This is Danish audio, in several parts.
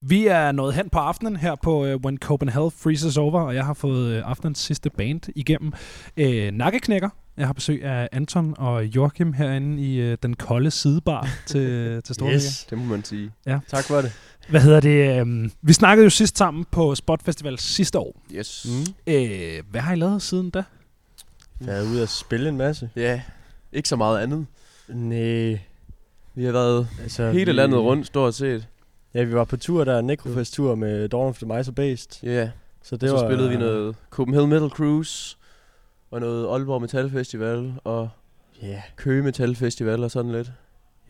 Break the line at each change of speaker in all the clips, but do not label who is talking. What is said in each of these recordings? Vi er nået hen på aftenen her på uh, When Copenhagen Freezes Over, og jeg har fået uh, aftenens sidste band igennem. Uh, Nakkeknækker. Jeg har besøg af Anton og Joachim herinde i uh, den kolde sidebar til, til Storvig.
Yes.
Det må man sige.
Ja.
Tak for det.
Hvad hedder det? Um, vi snakkede jo sidst sammen på Spot Festival sidste år.
Yes.
Mm.
Uh, hvad har I lavet siden da?
Jeg er ude og spille en masse.
Ja, ikke så meget andet.
Næh.
Vi har været
Altså,
hele
vi,
landet rundt, stort set.
Ja, vi var på tur der, Necrofest-tur med Dawn of the Mice Beast.
Ja, yeah.
Så det
så
var,
spillede vi noget Copenhagen Metal Cruise, og noget Aalborg Metal Festival, og
Ja, yeah,
Køge Metal Festival og sådan lidt.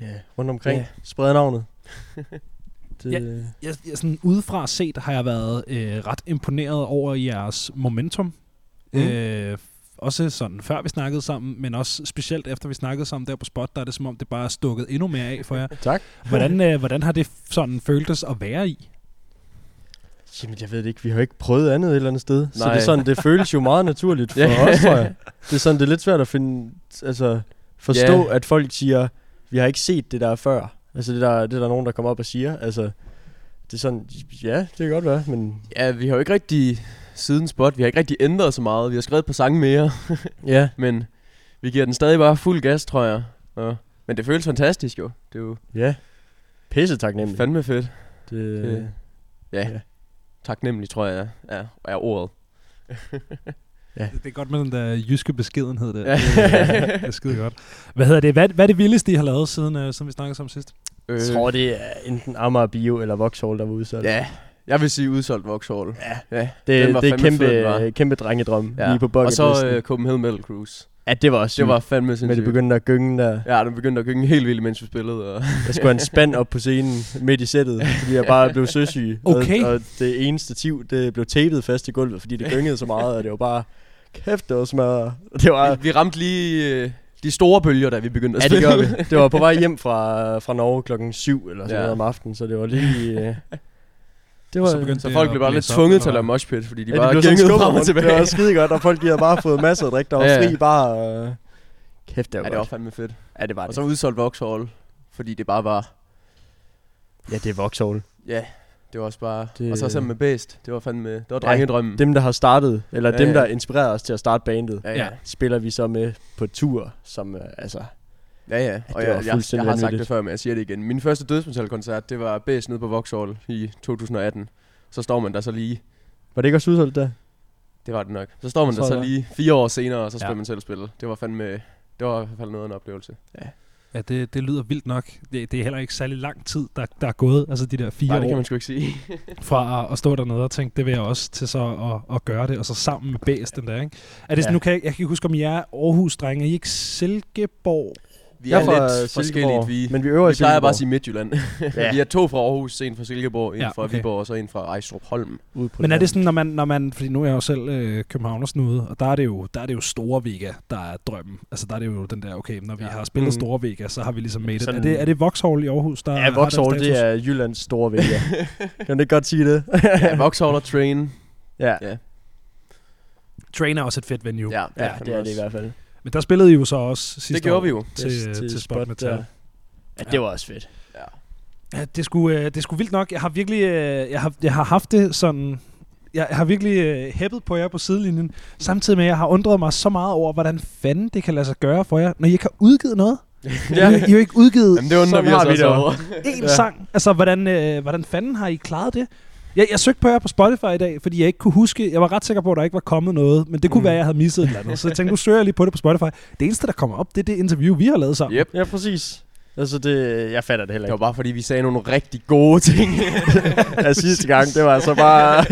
ja. Yeah. Rundt omkring.
Ja.
Yeah. Spred navnet. det,
Ja. Jeg, jeg, sådan udefra set har jeg været øh, ret imponeret over jeres momentum. Mm.
Mm.
Øh, også sådan før vi snakkede sammen, men også specielt efter vi snakkede sammen der på Spot, der er det som om det bare er stukket endnu mere af for jer.
Tak.
Hvordan, øh, hvordan har det f- sådan føltes at være i?
Jamen, jeg ved det ikke. Vi har jo ikke prøvet andet et eller andet sted. Nej. Så det,
Nej.
er sådan, det føles jo meget naturligt for
Ja.
os, tror jeg. Det er sådan, det er lidt svært at finde, altså, forstå,
Ja.
yeah. at folk siger, vi har ikke set det der før. Altså, det der, det er der nogen, der kommer op og siger. Altså, det er sådan, ja, det kan godt være, men
Ja, vi har jo ikke rigtig siden spot, vi har ikke rigtig ændret så meget. Vi har skrevet et par sange mere,
ja,
men vi giver den stadig bare fuld gas, tror jeg. Og, men det føles fantastisk jo. Det er jo
ja. Pisse taknemmelig.
fandme fedt.
det, øh,
det- Ja,
Ja.
ja. taknemmelig tror jeg er, er ordet.
Det er godt med den der jyske beskedenhed der.
Ja.
det er skide godt. Hvad hedder det? Hvad, hvad er det vildeste, I har lavet siden, øh, siden vi snakkede sammen sidst?
Øh,
Jeg tror, det er enten Amager Bio eller Vauxhall, der var udsat.
Ja, jeg vil sige udsolgt Vauxhall. Ja. ja. den var
det, det er
fandme
kæmpe,
fed, den var.
kæmpe drengedrøm
ja.
ja. lige på
Og
bucketlisten.
så øh, Copenhagen Metal Cruise.
ja, det var også
Det var fandme
men det
sindssygt.
begyndte at gynge der.
Ja, den begyndte at gynge helt vildt, mens vi spillede. Og
Jeg skulle have en spand op på scenen midt i sættet, fordi jeg bare blev søsyg.
Okay.
Og, og det ene stativ, det blev tapet fast i gulvet, fordi det gyngede så meget, og det var bare... Kæft, det var smadret. Det var...
vi, vi ramte lige øh, de store bølger, da vi begyndte at
Ja, det
spille.
gør vi. Det var på vej hjem fra, fra Norge klokken 7 eller sådan
Ja.
noget om aftenen, så det var lige... Øh, det var,
Så begyndte
Så
Det
folk
er
blev bare
at
lidt
blæse op,
tvunget
eller
til
hvad?
at lave moshpit, fordi de
ja,
bare
de blev sådan
gyngede
skubbet
frem og
rundt. Det var
tilbage.
også skide godt, og folk de havde bare fået masser af drik, der var
Ja, ja.
fri bare... Øh, kæft, det var
Ja, det var
godt.
fandme fedt.
Ja, det var
Og
det.
så udsolgt Vauxhall, fordi det bare var...
Ja, det er Vauxhall.
Ja, det var også bare...
Det-
Og så sammen med Bæst. Det var fandme... Det var
Ja,
drengedrømmen.
Dem, der har startet, eller
Ja,
dem,
ja.
der inspirerede os til at starte bandet.
Ja,
Ja.
ja.
spiller vi så med på tur, som øh, altså...
Ja, ja. Og
det var
jeg, jeg, jeg
fuldstændig
har sagt det
vanvittigt.
før, men jeg siger det igen. Min første dødsmetalkoncert, det var Bæs nede på Vauxhall i 2018. Så står man der så lige...
Var det ikke også udsolgt der?
Det var det nok. Så står man
Jeg
der
tror,
så
det var.
lige fire år senere, og så
Ja.
spiller man selv spillet. Det var fandme... Det var i hvert fald noget af en oplevelse.
Ja, det, det lyder vildt nok. Det, det er heller ikke særlig lang tid, der, der er gået. Altså de der fire
Nej,
år.
det kan man sgu ikke sige.
fra at, at stå dernede og tænke, det vil jeg også, til så at, at gøre det, og så sammen med Bæs den der, ikke? Er det sådan,
Ja.
nu kan jeg, jeg kan ikke huske, om I er Aarhus-drenge, er I ikke Silkeborg?
Vi
Jeg
er
er fra
lidt forskellige.
Silkeborg,
Vi,
men vi øver i
vi plejer bare
Silkeborg.
at sige Midtjylland.
Ja.
ja. Vi er to fra Aarhus, en fra Silkeborg, en
Ja,
ja, fra
okay.
Viborg, og så en fra Ejstrup Holm.
Ude på
Men er det sådan, når man, når man fordi nu er jeg jo selv øh, københavnersnude, og der er, det jo, der er det jo Store Vega, der er drømmen. Altså der er det jo den der, okay, når vi
Ja.
har spillet
Mhm.
Store Vega, så har vi ligesom made Mm. sådan,
Sådan-
it. Er det, er det Vauxhall i Aarhus, der har
Ja,
den
Vauxhall,
status?
det er Jyllands store vælger. kan man ikke godt sige det?
ja, Vauxhall og Train.
ja.
Ja,
Train er også et fedt venue. Ja.
ja,
Ja, det er det i
fandme også.
hvert fald.
Men der spillede I jo så også sidste
Det gjorde
år
vi jo.
til, til, til Spot Metal.
der. Ja, det var også fedt.
Ja.
Ja, det skulle øh, det skulle vildt nok. Jeg har virkelig øh, jeg har jeg har haft det sådan jeg har virkelig øh, hæppet på jer på sidelinjen, samtidig med, at jeg har undret mig så meget over, hvordan fanden det kan lade sig gøre for jer, når I ikke har udgivet noget. Ja. I, har- I har ikke udgivet
Jamen, det undrer
Sådan
vi
har
os
vi
også
det
over.
én sang. Altså, hvordan, øh, hvordan fanden har I klaret det? Jeg, jeg søgte på jer på Spotify i dag, fordi jeg ikke kunne huske, jeg var ret sikker på, at der ikke var kommet noget, men det kunne mm.
Mm.
være, at jeg havde misset et eller andet. Så jeg tænkte, nu søger jeg lige på det på Spotify. Det eneste, der kommer op, det er det interview, vi har lavet sammen.
Yep.
Ja, præcis. Altså, det, jeg fatter det heller
Det var
ikke.
bare fordi, vi sagde nogle rigtig gode ting.
ja, sidste gang, det var altså bare...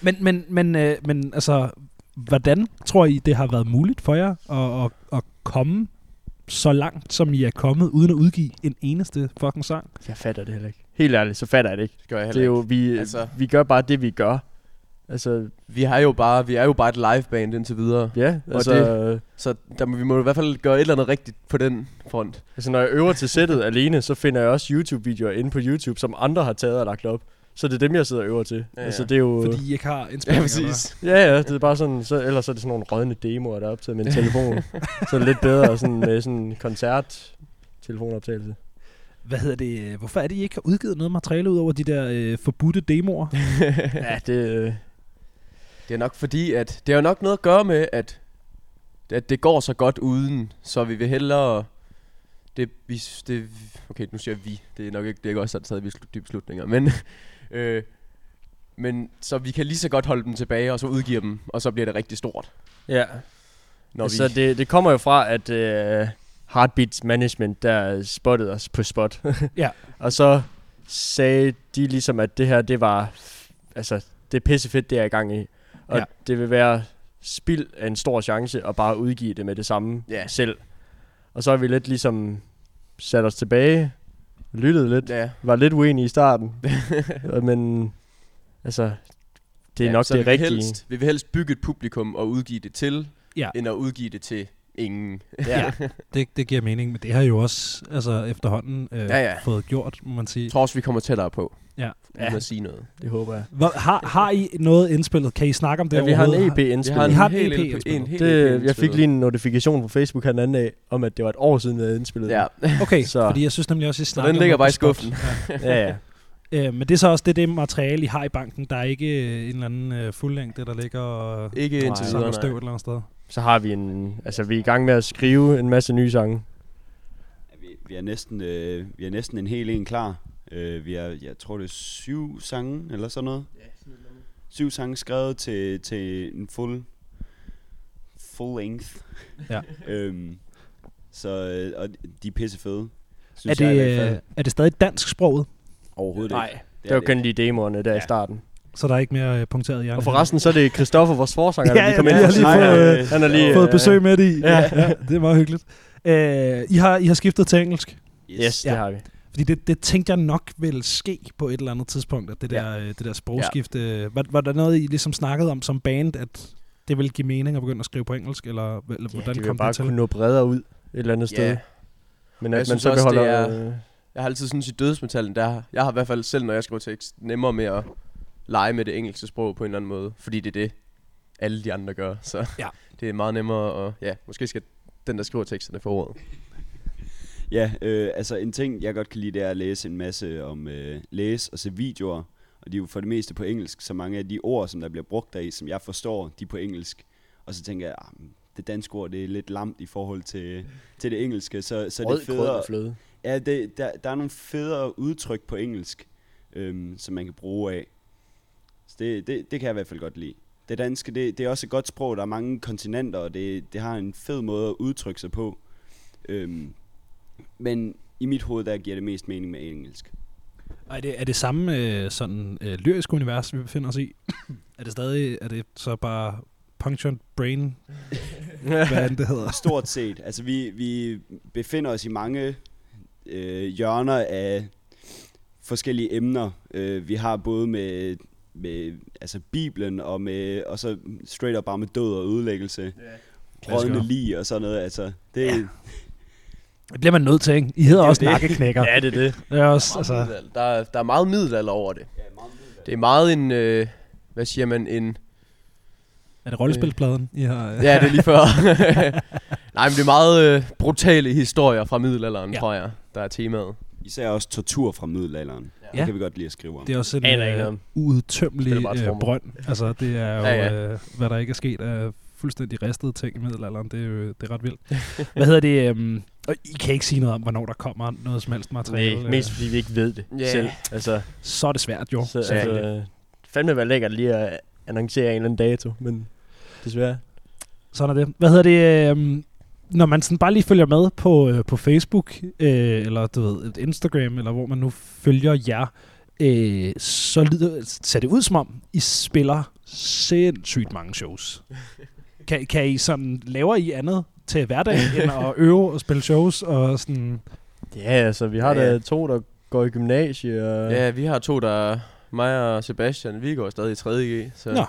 Men, men, men, øh, men altså, hvordan tror I, det har været muligt for jer at, at, at komme så langt, som I er kommet, uden at udgive en eneste fucking sang?
jeg fatter det heller ikke. Helt ærligt, så fatter jeg det ikke.
det gør jeg
Det er
heller
jo,
ikke.
vi,
Altså-
altså... vi gør bare det, vi gør. Altså,
Vi, har jo bare, vi er jo bare et liveband indtil videre.
ja,
Og
altså...
Så der, må- vi må i hvert fald gøre et eller andet rigtigt på den front.
Altså, når jeg øver til sættet alene, så finder jeg også YouTube-videoer inde på YouTube, som andre har taget og lagt op. Så det er dem, jeg sidder og øver til.
Ja,
Ja,
ja.
ja. Altså, det er jo...
Fordi I ikke har indspillinger?
Ja, ja, det er bare sådan... Så, ellers er det sådan nogle rådne demoer, der er optaget med en telefon. så er det lidt bedre sådan, med sådan en koncert telefonoptagelse.
Hvad hedder det? øh, Hvorfor er det, I ikke har udgivet noget materiale ud over de der øh, forbudte demoer?
ja, det... Øh,
Det er nok fordi, at det har jo nok noget at gøre med, at, at det går så godt uden, så vi vil hellere... Det, vi, det, okay, nu siger jeg vi. Det er nok ikke, det er ikke os, der har taget beslu- de beslutninger. Men, øh, men så vi kan lige så godt holde dem tilbage, og så udgive dem, og så bliver det rigtig stort.
ja.
Når
altså,
vi,
det, det kommer jo fra, at øh, Heartbeat Management, der spottede os på spot.
Ja.
Og så sagde de ligesom, at det her, det var... Altså, det er pissefedt, det er i gang i. Og
Ja.
ja. det vil være spild af en stor chance at bare udgive det med det samme
Ja.
selv. Og så har vi lidt ligesom sat os tilbage, lyttet lidt,
ja,
var lidt uenig i starten, Øh, men altså, det er ja, nok
så
det
vi vil
rigtige.
Helst, vi vil helst bygge et publikum og udgive det til,
Ja.
end at udgive det til ingen.
Ja.
Det, det giver mening, men det har jo også altså, efterhånden øh,
Ja, ja.
fået gjort, må man sige.
Jeg tror også, vi kommer tættere på, uden
ja,
at sige noget.
det håber jeg.
Hvor, har, har I noget indspillet? Kan I snakke om det
Ja, vi har en EP
Vi har en, E
Vi
indspillet.
har en
hel
EP
LP, en
indspillet.
Det,
hel EP
jeg fik
indspillet.
lige en notifikation fra Facebook her den anden dag, om at det var et år siden, vi havde indspillet den.
Ja,
Okay,
Så-
fordi jeg synes nemlig også, at I snakker
den
om
ligger
det
bare i
på spot.
skuffen.
ja, ja.
Ja. Øh, men det er så også det, det materiale, I har i banken. Der er ikke øh, en eller anden øh, fuldlængde, der ligger og
Ikke
Nej.
indtil
samler
videre,
støv
nej.
et eller andet sted.
Så har vi en, altså vi er i gang med at skrive en masse nye sange.
Vi, vi, er næsten, øh, vi er næsten en hel en klar. Øh, vi er, jeg tror det er syv sange, eller sådan noget. Syv sange skrevet til, til en full, full length.
Ja.
øhm, så øh, og de er pisse fede.
Er
Synes jeg i hvert
det,
fald.
øh, er det stadig dansksproget,
Overhovedet
Nej,
ikke.
Det var
er
kun lige demoerne der ja. i
Ja.
starten.
så der er ikke mere øh, punkteret i hjernen?
Og forresten, så er det Christoffer, vores forsanger, der
Ja,
lige
ja,
kom
vi
ind.
har lige
Nej,
fået,
ja,
øh,
han er lige,
fået
øh,
besøg med det i.
Ja.
ja, det er meget hyggeligt. Øh, I, har, I har skiftet til engelsk?
Yes, det
Ja.
har vi.
Fordi det, det tænkte jeg nok ville ske på et eller andet tidspunkt, at det der, ja. det der sprogskifte... Ja. Var, var der noget, I ligesom snakkede om som band, at det ville give mening at begynde at skrive på engelsk, eller, hva- eller
Ja,
hvordan
de vil
kom
bare
det til?
kunne nå bredere ud et eller andet sted.
Ja.
Men
Jeg
at man
synes
så
også, det
beholder...
er-
øh,
Jeg har altid syntes i dødsmetallen, der jeg har i hvert fald selv, når jeg skriver tekst, nemmere med at lege med det engelske sprog på en eller anden måde. Fordi det er det, alle de andre gør. Så
Ja.
det er meget nemmere at... Ja, måske skal den, der skriver teksterne, få ordet.
Ja, øh, altså en ting, jeg godt kan lide, det er at læse en masse om øh, læse og se videoer. Og de er jo for det meste på engelsk, så mange af de ord, som der bliver brugt deri, som jeg forstår, de er på engelsk. Og så tænker jeg, ah, det danske ord, det er lidt lamt i forhold til, til det engelske, så, så det er
Rød krød
federe.
med fløde.
Ja, det, der, der er nogle federe udtryk på engelsk, øhm, som man kan bruge af. Så det, det, det kan jeg i hvert fald godt lide. Det danske, det, det er også et godt sprog. Der er mange kontinenter, og det, det har en fed måde at udtrykke sig på. Øhm, men i mit hoved, der giver det mest mening med engelsk.
Og er det, er det samme øh, sådan øh, lyriske univers, vi befinder os i? er det stadig... Er det så bare Punctured Brain, hvad end det hedder?
Stort set. Altså, vi, vi befinder os i mange øh, hjørner af forskellige emner. Øh, vi har både med, med altså Bibelen og med og så straight up bare med død og ødelæggelse. Yeah.
Klassikere.
Rådne lige og sådan noget. Altså, det, ja.
Det bliver man nødt til, ikke? I hedder
Det er
også
det.
nakkeknækker.
Ja, det er det.
Det er også,
Altså.
altså,
Der, er, der er meget middelalder over det. Det er meget en... Øh, hvad siger man? En...
er det rollespilspladen, I har? øh?
Ja, det er lige før. Nej, men det er meget øh, brutale historier fra middelalderen,
Ja.
ja. tror jeg, der er temaet.
især også tortur fra middelalderen. Ja.
Ja.
Det kan vi godt lide at skrive om.
Det er også en
Aner ikke
øh,
noget om.
uudtømmelig
Spiller bare
øh,
trommer.
brønd. Altså, det er jo,
Ja,
ja,
ja.
ja. Øh, hvad der ikke er sket af fuldstændig ristede ting i middelalderen. Det er jo det er ret vildt. Hvad hedder det? øhm, og I kan ikke sige noget om, hvornår der kommer noget som helst materiale. Øh,
Nej, mest fordi vi ikke ved det
Ja.
yeah. selv. Altså,
Så er det svært, jo.
så,
Ja.
altså, øh, fandme være lækkert lige at annoncere en eller anden dato, men desværre.
Sådan er det. Hvad hedder det? øhm, når man sådan bare lige følger med på, øh, på Facebook, øh, eller du ved, et Instagram, eller hvor man nu følger jer, øh, så lyder, ser det ud som om, I spiller sindssygt mange shows. Kan, kan I sådan, laver I andet til hverdag, end at øve og spille shows, og sådan,
Ja, altså, vi har
Ja,
ja,
ja.
da to, der går i gymnasie, og
Ja, vi har to, der... Mig og Sebastian, vi går stadig i 3.G, så...
Nå.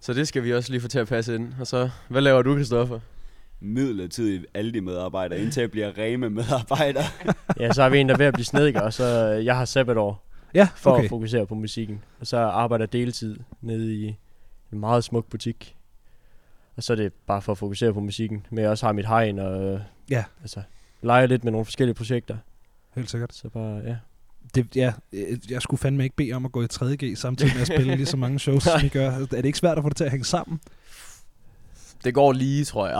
Så det skal vi også lige få til at passe ind. Og så, hvad laver du, Kristoffer?
Midlertidigt alle de medarbejdere, indtil jeg bliver reme medarbejder.
ja så har vi en, der er ved at blive snediker, og så øh, jeg har sabbatår
ja,
for okay.
okay.
at fokusere på musikken. Og så arbejder jeg deltid nede i en meget smuk butik. Og så er det bare for at fokusere på musikken, men jeg også har mit hegn og øh,
Ja.
altså, lege lidt med nogle forskellige projekter.
helt sikkert.
Så bare, ja.
Det, ja, øh, jeg skulle fandme ikke bede om at gå i 3.G samtidig med at spille lige så mange shows, som I gør. Er det ikke svært at få det til at hænge sammen?
Det går lige, tror jeg.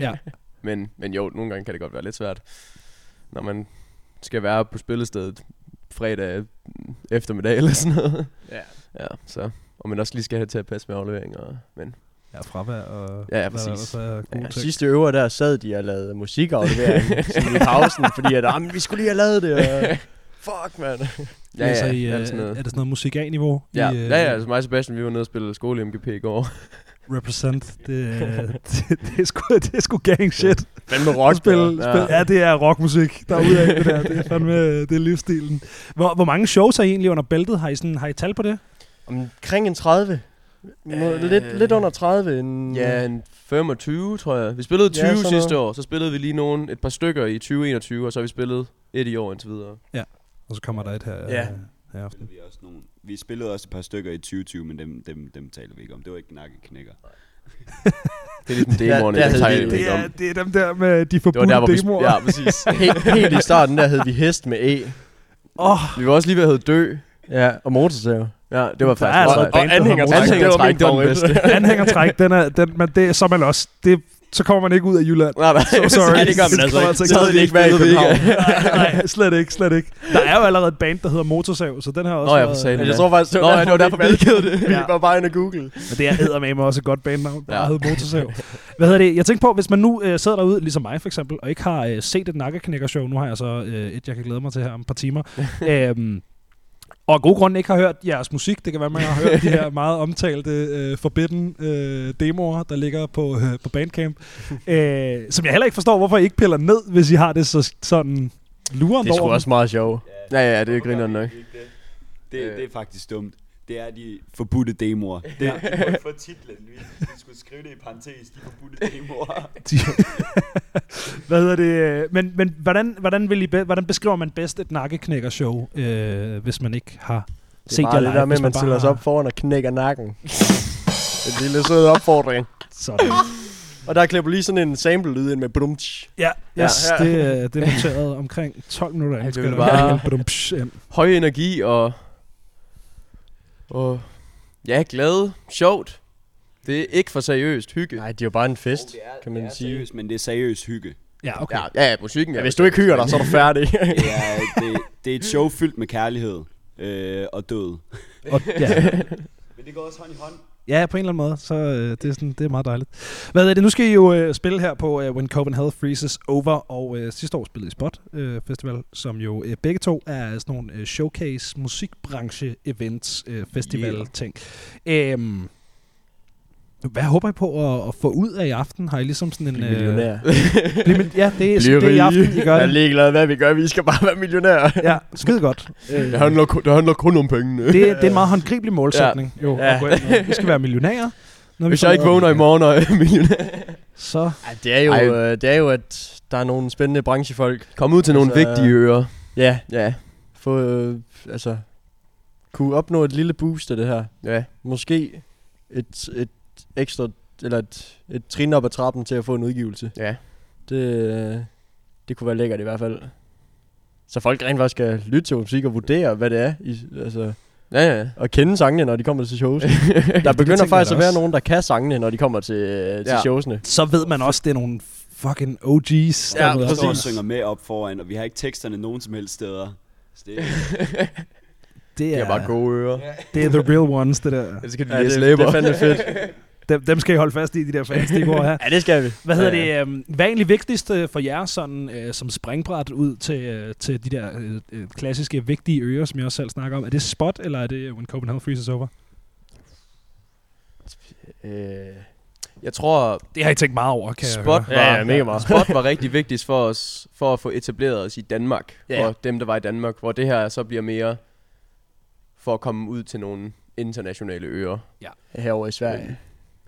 Ja.
Men, men jo, nogle gange kan det godt være lidt svært, når man skal være på spillestedet fredag eftermiddag eller sådan noget.
Ja.
Ja, så. Og man også lige skal have til at passe med afleveringer. Men
Ja, fravær og...
Ja, ja,
hvad der ellers
præcis.
er gode
Ja,
ting.
Sidste øver der sad de og lavede musikaflevering sådan i pausen, fordi at, ah, men vi skulle lige have lavet det. Og, fuck, mand.
ja,
altså,
ja,
I, øh,
ja,
er, det
sådan noget.
sådan noget musik A-niveau?
ja,
I, øh,
ja, ja, altså mig og Sebastian, vi var nede og spille skole i MGP i går.
Represent. Det, øh, det, det, er sgu, det er sgu gang shit.
Hvad med rock?
spil,
ja.
ja. Spil. ja, det er rockmusik, der er ude af det der. Det er fandme øh, det er livsstilen. Hvor, hvor mange shows har I egentlig under bæltet? Har I, sådan, har I tal på det?
Omkring en 30. Må-
Øh.
Lidt, lidt under 30. En,
Ja, en 25, tror jeg. Vi spillede 20
Ja, sådan
sidste
noget.
år, så spillede vi lige nogen, et par stykker i 2021, og så har vi spillet et i år indtil videre.
Og så kommer der et her,
Ja.
øh, her i aften.
Spillede vi, også nogle, vi spillede også et par stykker i 2020, men dem, dem, dem taler vi ikke om. Det var ikke nakkeknækker.
Det er ligesom
Ja,
demoerne,
der
ja, det
havde
tager
vi-
Altså, Det
jeg ikke om.
er, det er dem der med de
Det var
forbudte
der, hvor vi...
demoer.
Ja, præcis.
Helt, helt i starten der hed vi hest med E.
Oh,
Vi var også lige ved at hedde dø.
Ja, og motorsav.
Ja, det var
Der er
faktisk
altså
meget-
et band, der har motorsav.
Anhængertræk, det var min
favorit.
bedste.
anhængertræk, den er, den, men det, så er man også. Det, så kommer man ikke ud af Jylland.
Nej, nej.
So sorry.
Ja, det gør man altså
kommer
ikke.
ikke.
Så havde vi ikke været i
Det ved vi ikke.
København.
nej, nej, slet ikke, slet ikke. Der er jo allerede et band, der hedder Motorsav, så den har også
Nå, ja,
været-
for satan.
Men jeg tror faktisk, det var
Nå, ja,
derfor,
det var derfor, vi
ikke valgte det.
Ja.
Vi var bare inde og google.
Men det er eddermame også et godt bandnavn, der
Ja.
ja. hedder Motorsav. Hvad hedder det? Jeg tænkte på, hvis man nu øh, sidder derude, ligesom mig for eksempel, og ikke har øh, set et nakkeknækkershow, nu har jeg så øh, et, jeg kan glæde mig til her om et par timer, øhm, og af gode grunde ikke har hørt jeres musik, det kan være, man har hørt de her meget omtalte øh, forbidden øh, demoer, der ligger på, øh, på Bandcamp, øh, som jeg heller ikke forstår, hvorfor I ikke piller ned, hvis I har det så sådan lurende
Det er sgu
over.
også meget sjovt.
Ja, ja, det griner nok.
Det,
Øh.
det er faktisk dumt. Det er de forbudte demoer. Det, det var for titlen. Vi, vi skulle skrive det i parentes, de forbudte demoer.
Hvad hedder det? øh, Men, men hvordan, hvordan, vil I be, hvordan beskriver man bedst et nakkeknækkershow, øh, hvis man ikke har
Det er
set
bare
jer
det
live?
der med,
hvis
at man
bare
stiller sig
har-
op foran og knækker nakken. En lille sød opfordring.
Sådan.
Og der klipper lige sådan en sample-lyd ind med brumtsch.
Ja,
Ja.
yes,
Ja.
ja. Det, øh, det er noteret omkring 12 minutter.
Ej,
inden
det
skal
ville
der være
bare-
en badum-psh ind.
Høj energi og... Og... Ja, glæde. Sjovt. Det er ikke for seriøst. Hygge.
Nej, det er jo bare en fest, kan man sige.
seriøst, men det er seriøs hygge.
Ja, okay.
Ja, ja, ja, musikken
Ja,
er...
hvis du ikke hygger dig, så er du færdig.
Det er, det, det er et show fyldt med kærlighed øh, og død.
Og, ja.
Men det går også hånd i hånd.
ja, på en eller anden måde, så øh, det, er sådan, det er meget dejligt. Hvad er det? Nu skal I jo øh, spille her på øh, When Copenhagen Freezes Over, og øh, sidste år spillede I Spot øh, Festival, som jo øh, begge to er sådan nogle øh, showcase musikbranche events øh, festival ting. Yeah. Øhm, hvad håber I på at, at få ud af i aften? Har I ligesom sådan en...
Bliv millionær.
Bliv, mil- ja, det er, det er i aften, I gør
Jeg er
det.
ligeglad, hvad vi gør. Vi skal bare være millionærer.
Ja, skide godt. Øh,
Det handler, kun- det handler kun om pengene.
Det, det er en meget håndgribelig målsætning. Ja. Jo,
Ja.
at gå ind med. vi skal være millionærer. Når
Hvis jeg ikke
forlader
vågner i
Amerika.
morgen og er millionær.
Så
Ej, det er jo,
Ej.
øh, det er jo, at der er nogle spændende branchefolk.
Kom ud til nogle
Altså,
vigtige ører.
Ja,
Ja,
få, øh, altså, kunne opnå et lille boost af det her.
ja.
Måske et, et ekstra, eller et, et trin op ad trappen til at få en udgivelse.
Ja.
Det, øh, det kunne være lækkert i hvert fald. Så folk rent faktisk skal lytte til musik og vurdere, hvad det er. I, altså,
Ja, ja.
og kende sangene, når de kommer til shows. Der
tænker
begynder
jeg
faktisk
da
at være
også.
nogen, der kan sangene, når de kommer til, øh, til
Ja.
ja. showsene.
så ved man også, det er nogle fucking OG's.
Ja,
derude.
Jeg står og
præcis.
synger med op foran, og vi har ikke teksterne nogen som helst steder. Så det,
Det
Det
er,
er bare gode ører. Ja.
det er the real ones, det der.
Ellers kan de
Ja, det, det
læse læber.
er fandme fedt.
Dem, dem skal I holde fast i, de der fans, de går her.
ja, det skal vi.
Hvad hedder
Ja, ja.
det? øhm, Hvad er egentlig vigtigst øh, for jer sådan, øh, som springbræt ud til, øh, til de der øh, øh, klassiske, vigtige ører, som jeg også selv snakker om? Er det Spot, eller er det øh, When Copenhagen Freezes Over?
Øh,
Jeg tror,
Det har I tænkt meget over, kan jeg høre.
Spot var,
høre. Ja, ja, mega meget.
Spot var rigtig vigtigst for os, for at få etableret os i Danmark,
Ja.
og dem, der var i Danmark, hvor det her så bliver mere for at komme ud til nogle internationale øer.
herovre i Sverige.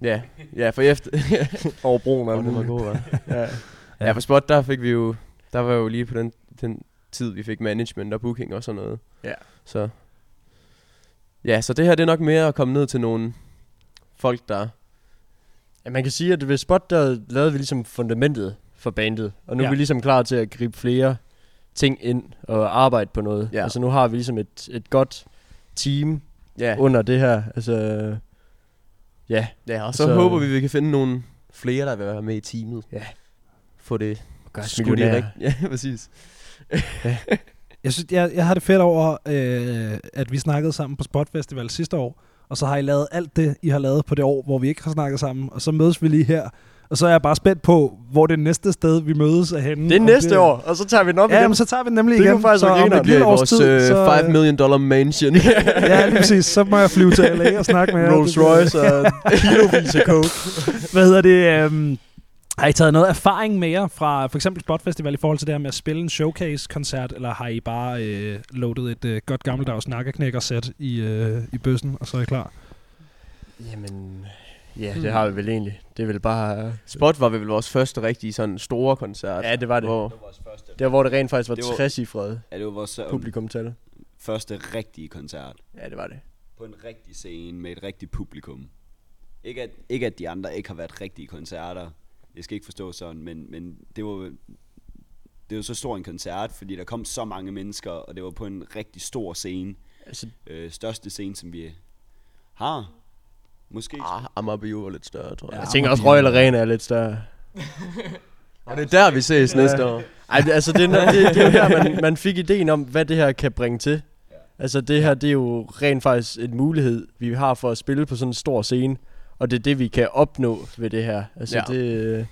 Ja, ja for efter...
Over broen og
Åh,
alt
det var
muligt.
god, hva'?
Ja.
ja, for Spot, der fik vi jo... Der var jo lige på den, den tid, vi fik management og booking og sådan noget.
Ja.
Så... Ja, så det her, det er nok mere at komme ned til nogle folk, der...
ja, man kan sige, at ved Spot, der lavede vi ligesom fundamentet for bandet. Og nu ja.
Ja.
er vi ligesom klar til at gribe flere ting ind og arbejde på noget.
Ja.
Altså nu har vi ligesom et, et godt team
Ja,
under det her. Altså, ja,
ja og så,
så-
så håber vi, vi kan finde nogle flere, der vil være med i teamet.
Ja.
Få det
gør os
skudt i
millionærer.
rigt- Ja, præcis.
Jeg, synes, jeg, jeg har det fedt over, øh, at vi snakkede sammen på Spotfestival sidste år, og så har I lavet alt det, I har lavet på det år, hvor vi ikke har snakket sammen, og så mødes vi lige her. Og så er jeg bare spændt på, hvor det næste sted, vi mødes er henne.
Det er
Om
næste år, og så tager vi den op
Mm, Ja,
igen.
men så tager vi den nemlig
Det
igen.
kunne faktisk
så
være
om
grineren.
et
Det er
lille
i
års
vores
tid,
øh,
så,
5 million dollar mansion.
ja, lige præcis. Så må jeg flyve til LA og snakke med jer.
Rolls Royce og kilovis af coke.
Hvad hedder det? Øhm, har I taget noget erfaring med jer fra for eksempel Spotfestival i forhold til det her med at spille en showcase-koncert, eller har I bare øh, loadet et øh, godt gammeldags nakkeknækker-sæt i, øh, i bøssen, og så er I klar?
Jamen, ja, det har vi vel egentlig. Det er vel bare...
Spot var vel vores første rigtige sådan store koncert.
Ja, det var det.
Hvor,
Der, hvor det rent faktisk var,
Det var-
60 i fred
Ja, det var vores øh,
publikumtal.
første rigtige koncert.
Ja, det var det.
På en rigtig scene med et rigtigt publikum. Ikke at, ikke at de andre ikke har været rigtige koncerter. Det skal ikke forstå sådan, men, men det var det var så stor en koncert, fordi der kom så mange mennesker, og det var på en rigtig stor scene.
Altså,
Øh, største scene, som vi har. Måske.
ah, Amager Bio var lidt større, tror jeg.
jeg tænker også, Royal Arena er lidt større.
Og det er der, vi ses næste år.
Ej, det- altså, det, er nok- det, det er jo her, man, man fik ideen om, hvad det her kan bringe til. Altså, det her, det er jo rent faktisk en mulighed, vi har for at spille på sådan en stor scene. Og det er det, vi kan opnå ved det her. Altså,
Ja.
ja. det...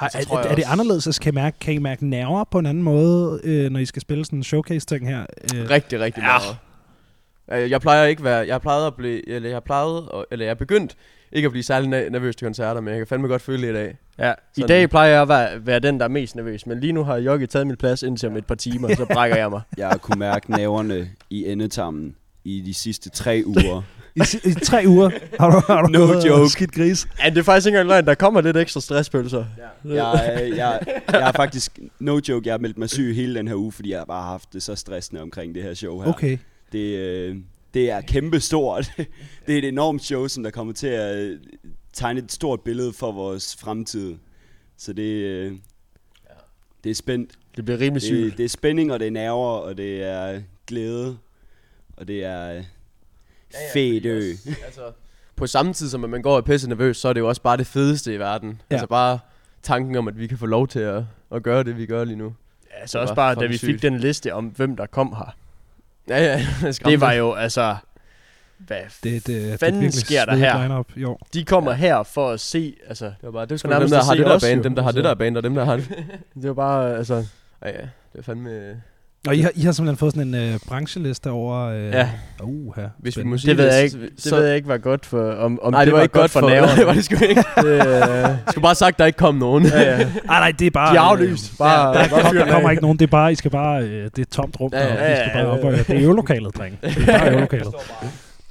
Har,
Så tror
er,
jeg
er, er det
også-
anderledes? Altså, kan, I mærke, kan I mærke nerver på en anden måde, øh, når I skal spille sådan en showcase-ting her? Øh,
Rigtig, rigtig
Ja.
meget. Øh, Jeg plejer ikke være, jeg plejede at blive, eller jeg plejede, at- eller jeg er begyndt ikke at blive særlig na- nervøs til koncerter, men jeg kan fandme godt føle det i dag.
Ja, i
Sådan.
dag plejer jeg at være, være den, der er mest nervøs, men lige nu har Jokke taget min plads indtil om et par timer, så brækker jeg mig.
Jeg kunne mærke næverne i endetarmen i de sidste tre uger.
i, si- I tre uger har du, har du
No
gået og
joke.
skidt gris.
Ja, det er faktisk ikke engang løgn, der kommer lidt ekstra stresspølser.
Jeg, øh, jeg, jeg er faktisk, no joke, jeg har meldt mig syg hele den her uge, fordi jeg har bare haft det så stressende omkring det her show her.
Okay.
Det, øh, det er kæmpe stort. Det er et enormt show, som der kommer til at øh, tegne et stort billede for vores fremtid. Så det, øh, det er spændt.
Det bliver rimelig sygt.
Det, det er spænding, og det er nerver, og det er glæde, og det er øh, fedt ø.
Altså, på samme tid som at man går og er pisse nervøs, så er det jo også bare det fedeste i verden.
Ja.
Ja. Altså bare tanken om, at vi kan få lov til at, at gøre det, vi gør lige nu.
Altså
det
også
var
bare, da
fucking
vi
sygt.
fik den liste om, hvem der kom her.
Ja, ja,
Det var jo, altså... Hvad
Det, det, det
Fanden
virkelig
sker der
svedigt
her?
Line-up. Jo.
f- de kommer her for at se, altså...
Det var bare, det var sgu
For nærmest
dem, der
at
har
se
det der
os, jo.
band, dem, der har det
Altså.
der band, og dem, der har det.
Det var bare, altså...
Ja, ja, det er fandme...
Og I har, I har simpelthen fået sådan en øh, brancheliste over... Øh,
Ja.
Uh, her.
Hvis vi må sige
Det ved jeg ikke,
så-
det ved jeg ikke var godt for... Om, om
Nej, det, var, ikke godt for,
nerverne.
det var det sgu ikke.
det, øh,
Jeg skulle bare have sagt, der ikke kom nogen.
ja, ja.
Ah, nej, det er bare... øh,
De er aflyst. Bare,
Der,
bare
kom,
fyr den
der
af.
kommer ikke nogen, det er bare, I skal bare, øh, det er et tomt rum, ja,
Ja,
ja,
ja,
og I skal
ja,
bare
ja.
op og, det er øvelokalet, dreng. Det er bare øvelokalet.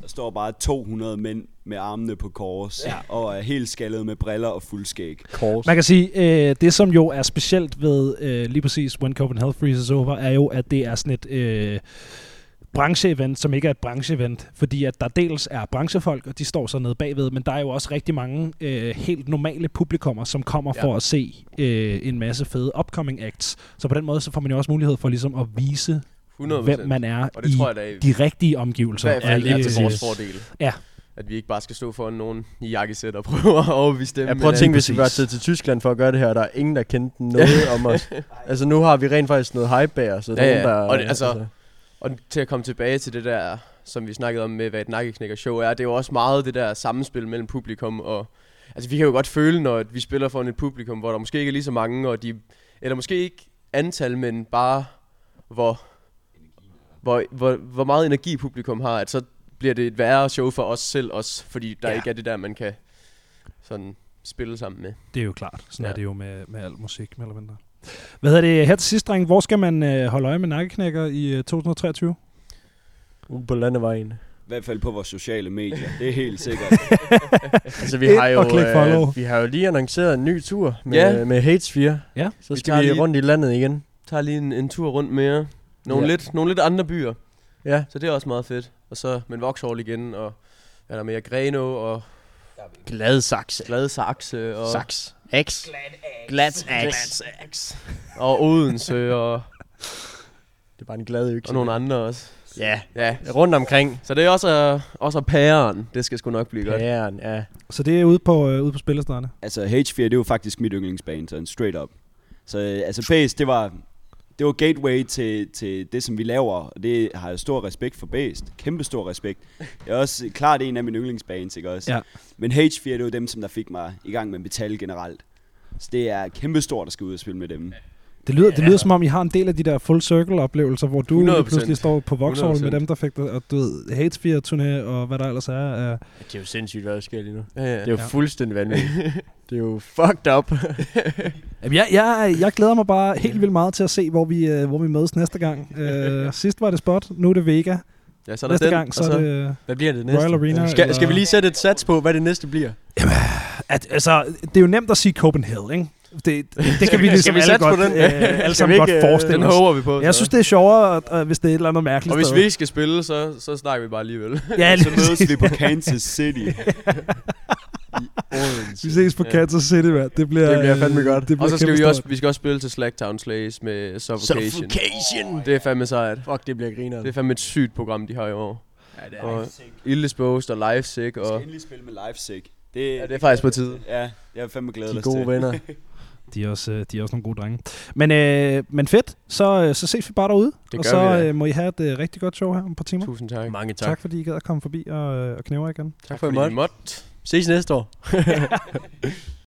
Der står bare 200 mænd med armene på kors, ja. og er helt skaldet med briller og fuld skæg.
Kors.
Man kan sige, øh, det som jo er specielt ved øh, lige præcis When Copenhagen Freezes Over, er jo, at det er sådan et øh, brancheevent, som ikke er et brancheevent, fordi at der dels er branchefolk, og de står så nede bagved, men der er jo også rigtig mange øh, helt normale publikummer, som kommer ja.
Ja.
for at se øh, en masse fede upcoming acts. Så på den måde, så får man jo også mulighed for ligesom at vise,
100%.
hvem man er
og
i
det tror jeg da, i-
de rigtige omgivelser.
i hvert fald
Og
er
ikke-
til vores fordel.
Ja.
At vi ikke bare skal stå foran nogen i jakkesæt og prøve at overbevise dem.
Jeg prøver at tænke, hvis vi
præcis.
var taget til Tyskland for at gøre det her, og der er ingen, der kendte noget om os. Altså, nu har vi rent faktisk noget hype bag os. og der
Ja,
er nogen,
ja.
der,
Og det- altså- Og til at komme tilbage til det der, som vi snakkede om med, hvad et nakkeknækker show er, det er jo også meget det der samspil mellem publikum og... Altså, vi kan jo godt føle, når vi spiller foran et publikum, hvor der måske ikke er lige så mange, og de... Eller måske ikke antal, men bare hvor... Hvor, hvor, hvor meget energi publikum har, at så bliver det et værre show for os selv også, fordi der
Ja.
ikke er det der, man kan sådan spille sammen med.
Det er jo klart. Sådan ja.
Ja.
er det jo med, med al musik, mere eller mindre. Hvad hedder det her til sidst, dreng? Hvor skal man øh, holde øje med nakkeknækker i øh, 2023?
Ude uh, på landevejen.
I hvert fald på vores sociale medier. Det er helt sikkert.
Altså, vi
Ind
har, jo,
og klik follow.
øh, vi har jo lige annonceret en ny tur med,
Ja.
med Hatesphere.
Ja.
Så
Vi
skal
tager
vi,
lige-
rundt i landet igen.
tager lige en, en tur rundt mere. Nogle,
Ja.
ja. lidt, nogle lidt andre byer,
Ja.
så det er også meget fedt. Og så men Vauxhall igen, og ja, der er mere Greno og
Glad Saxe.
Gladsaxe og
Saks. X. Glad X.
Og Odense og,
Det er bare en glad økse.
og nogle andre også.
Ja,
Ja,
rundt omkring.
så det er også, øh, også pæren. Det skal sgu nok blive godt.
Pæren, ja.
Så det er ude på, øh, ude på spillerstederne.
Altså H4, det er jo faktisk mit yndlingsbane, sådan straight up. Så øh, altså Base, det var, det var gateway til, til det, som vi laver, og det har jeg stor respekt for Base. Kæmpe stor respekt. Det er også klart en af mine yndlingsbanes, ikke også?
Ja.
Men H4, det var dem, som der fik mig i gang med metal generelt. Så det er kæmpe stort at skal ud og spille med dem.
Det lyder, det lyder som om, I har en del af de der full circle oplevelser, hvor du
100%.
lige pludselig står på Vauxhall med
100%.
dem, der fik det, og du ved, Hatesphere turné og hvad der ellers er. Uh,
Det er jo sindssygt, hvad der sker lige nu.
Ja, ja.
Det er jo
Ja.
fuldstændig vanvittigt. det er jo fucked up.
Jamen, jeg, jeg, jeg glæder mig bare helt vildt meget til at se, hvor vi, øh, hvor vi mødes næste gang. Øh, sidst var det Spot, nu er det Vega.
ja så er der
næste
den,
gang,
og
så, så er det øh,
Hvad bliver det næste?
Royal Arena.
Skal, skal vi lige sætte et sats på, hvad det næste bliver?
At, altså, det er jo nemt at sige Copenhagen, ikke? Det, det, det kan vi ligesom
vi
alle,
satse på
godt,
den?
øh, alle
Skal
sammen
vi
godt
ikke, øh,
forestille
Den
os.
håber vi på.
Jeg
så.
synes, det er sjovere, at, øh, hvis det er et eller andet mærkeligt
og hvis
sted.
vi ikke skal spille, så, så snakker vi bare alligevel.
ja,
Så
lige
mødes vi
præcis.
på Kansas City.
vi ses på
Ja.
Kansas City, mand. Det bliver,
Det bliver fandme
øh,
godt.
Det bliver
og så skal vi
kæmpestort.
også, vi skal også spille til Slacktown Slays med Suffocation.
Suffocation!
Det er fandme sejt.
Fuck, det bliver griner.
Det er fandme et sygt program, de har i år.
Ja, det
Og Ildespost og Lifesick.
Jeg skal
Og,
endelig spille med Lifesick. Det,
ja, det er faktisk på tide.
ja, jeg er fandme glædet
De
os
gode
til.
venner.
De er også, øh, de er også nogle gode drenge. Men, øh, men fedt, så, øh, så ses vi bare derude.
Det gør
og så
vi da.
øh, må I have et øh, rigtig godt show her om et par timer.
Tusind tak.
Mange
Tak, tak fordi I gad at komme forbi og, øh, og knæver igen.
Tak
for i
fordi
måtte.
I måtte.
Ses næste år.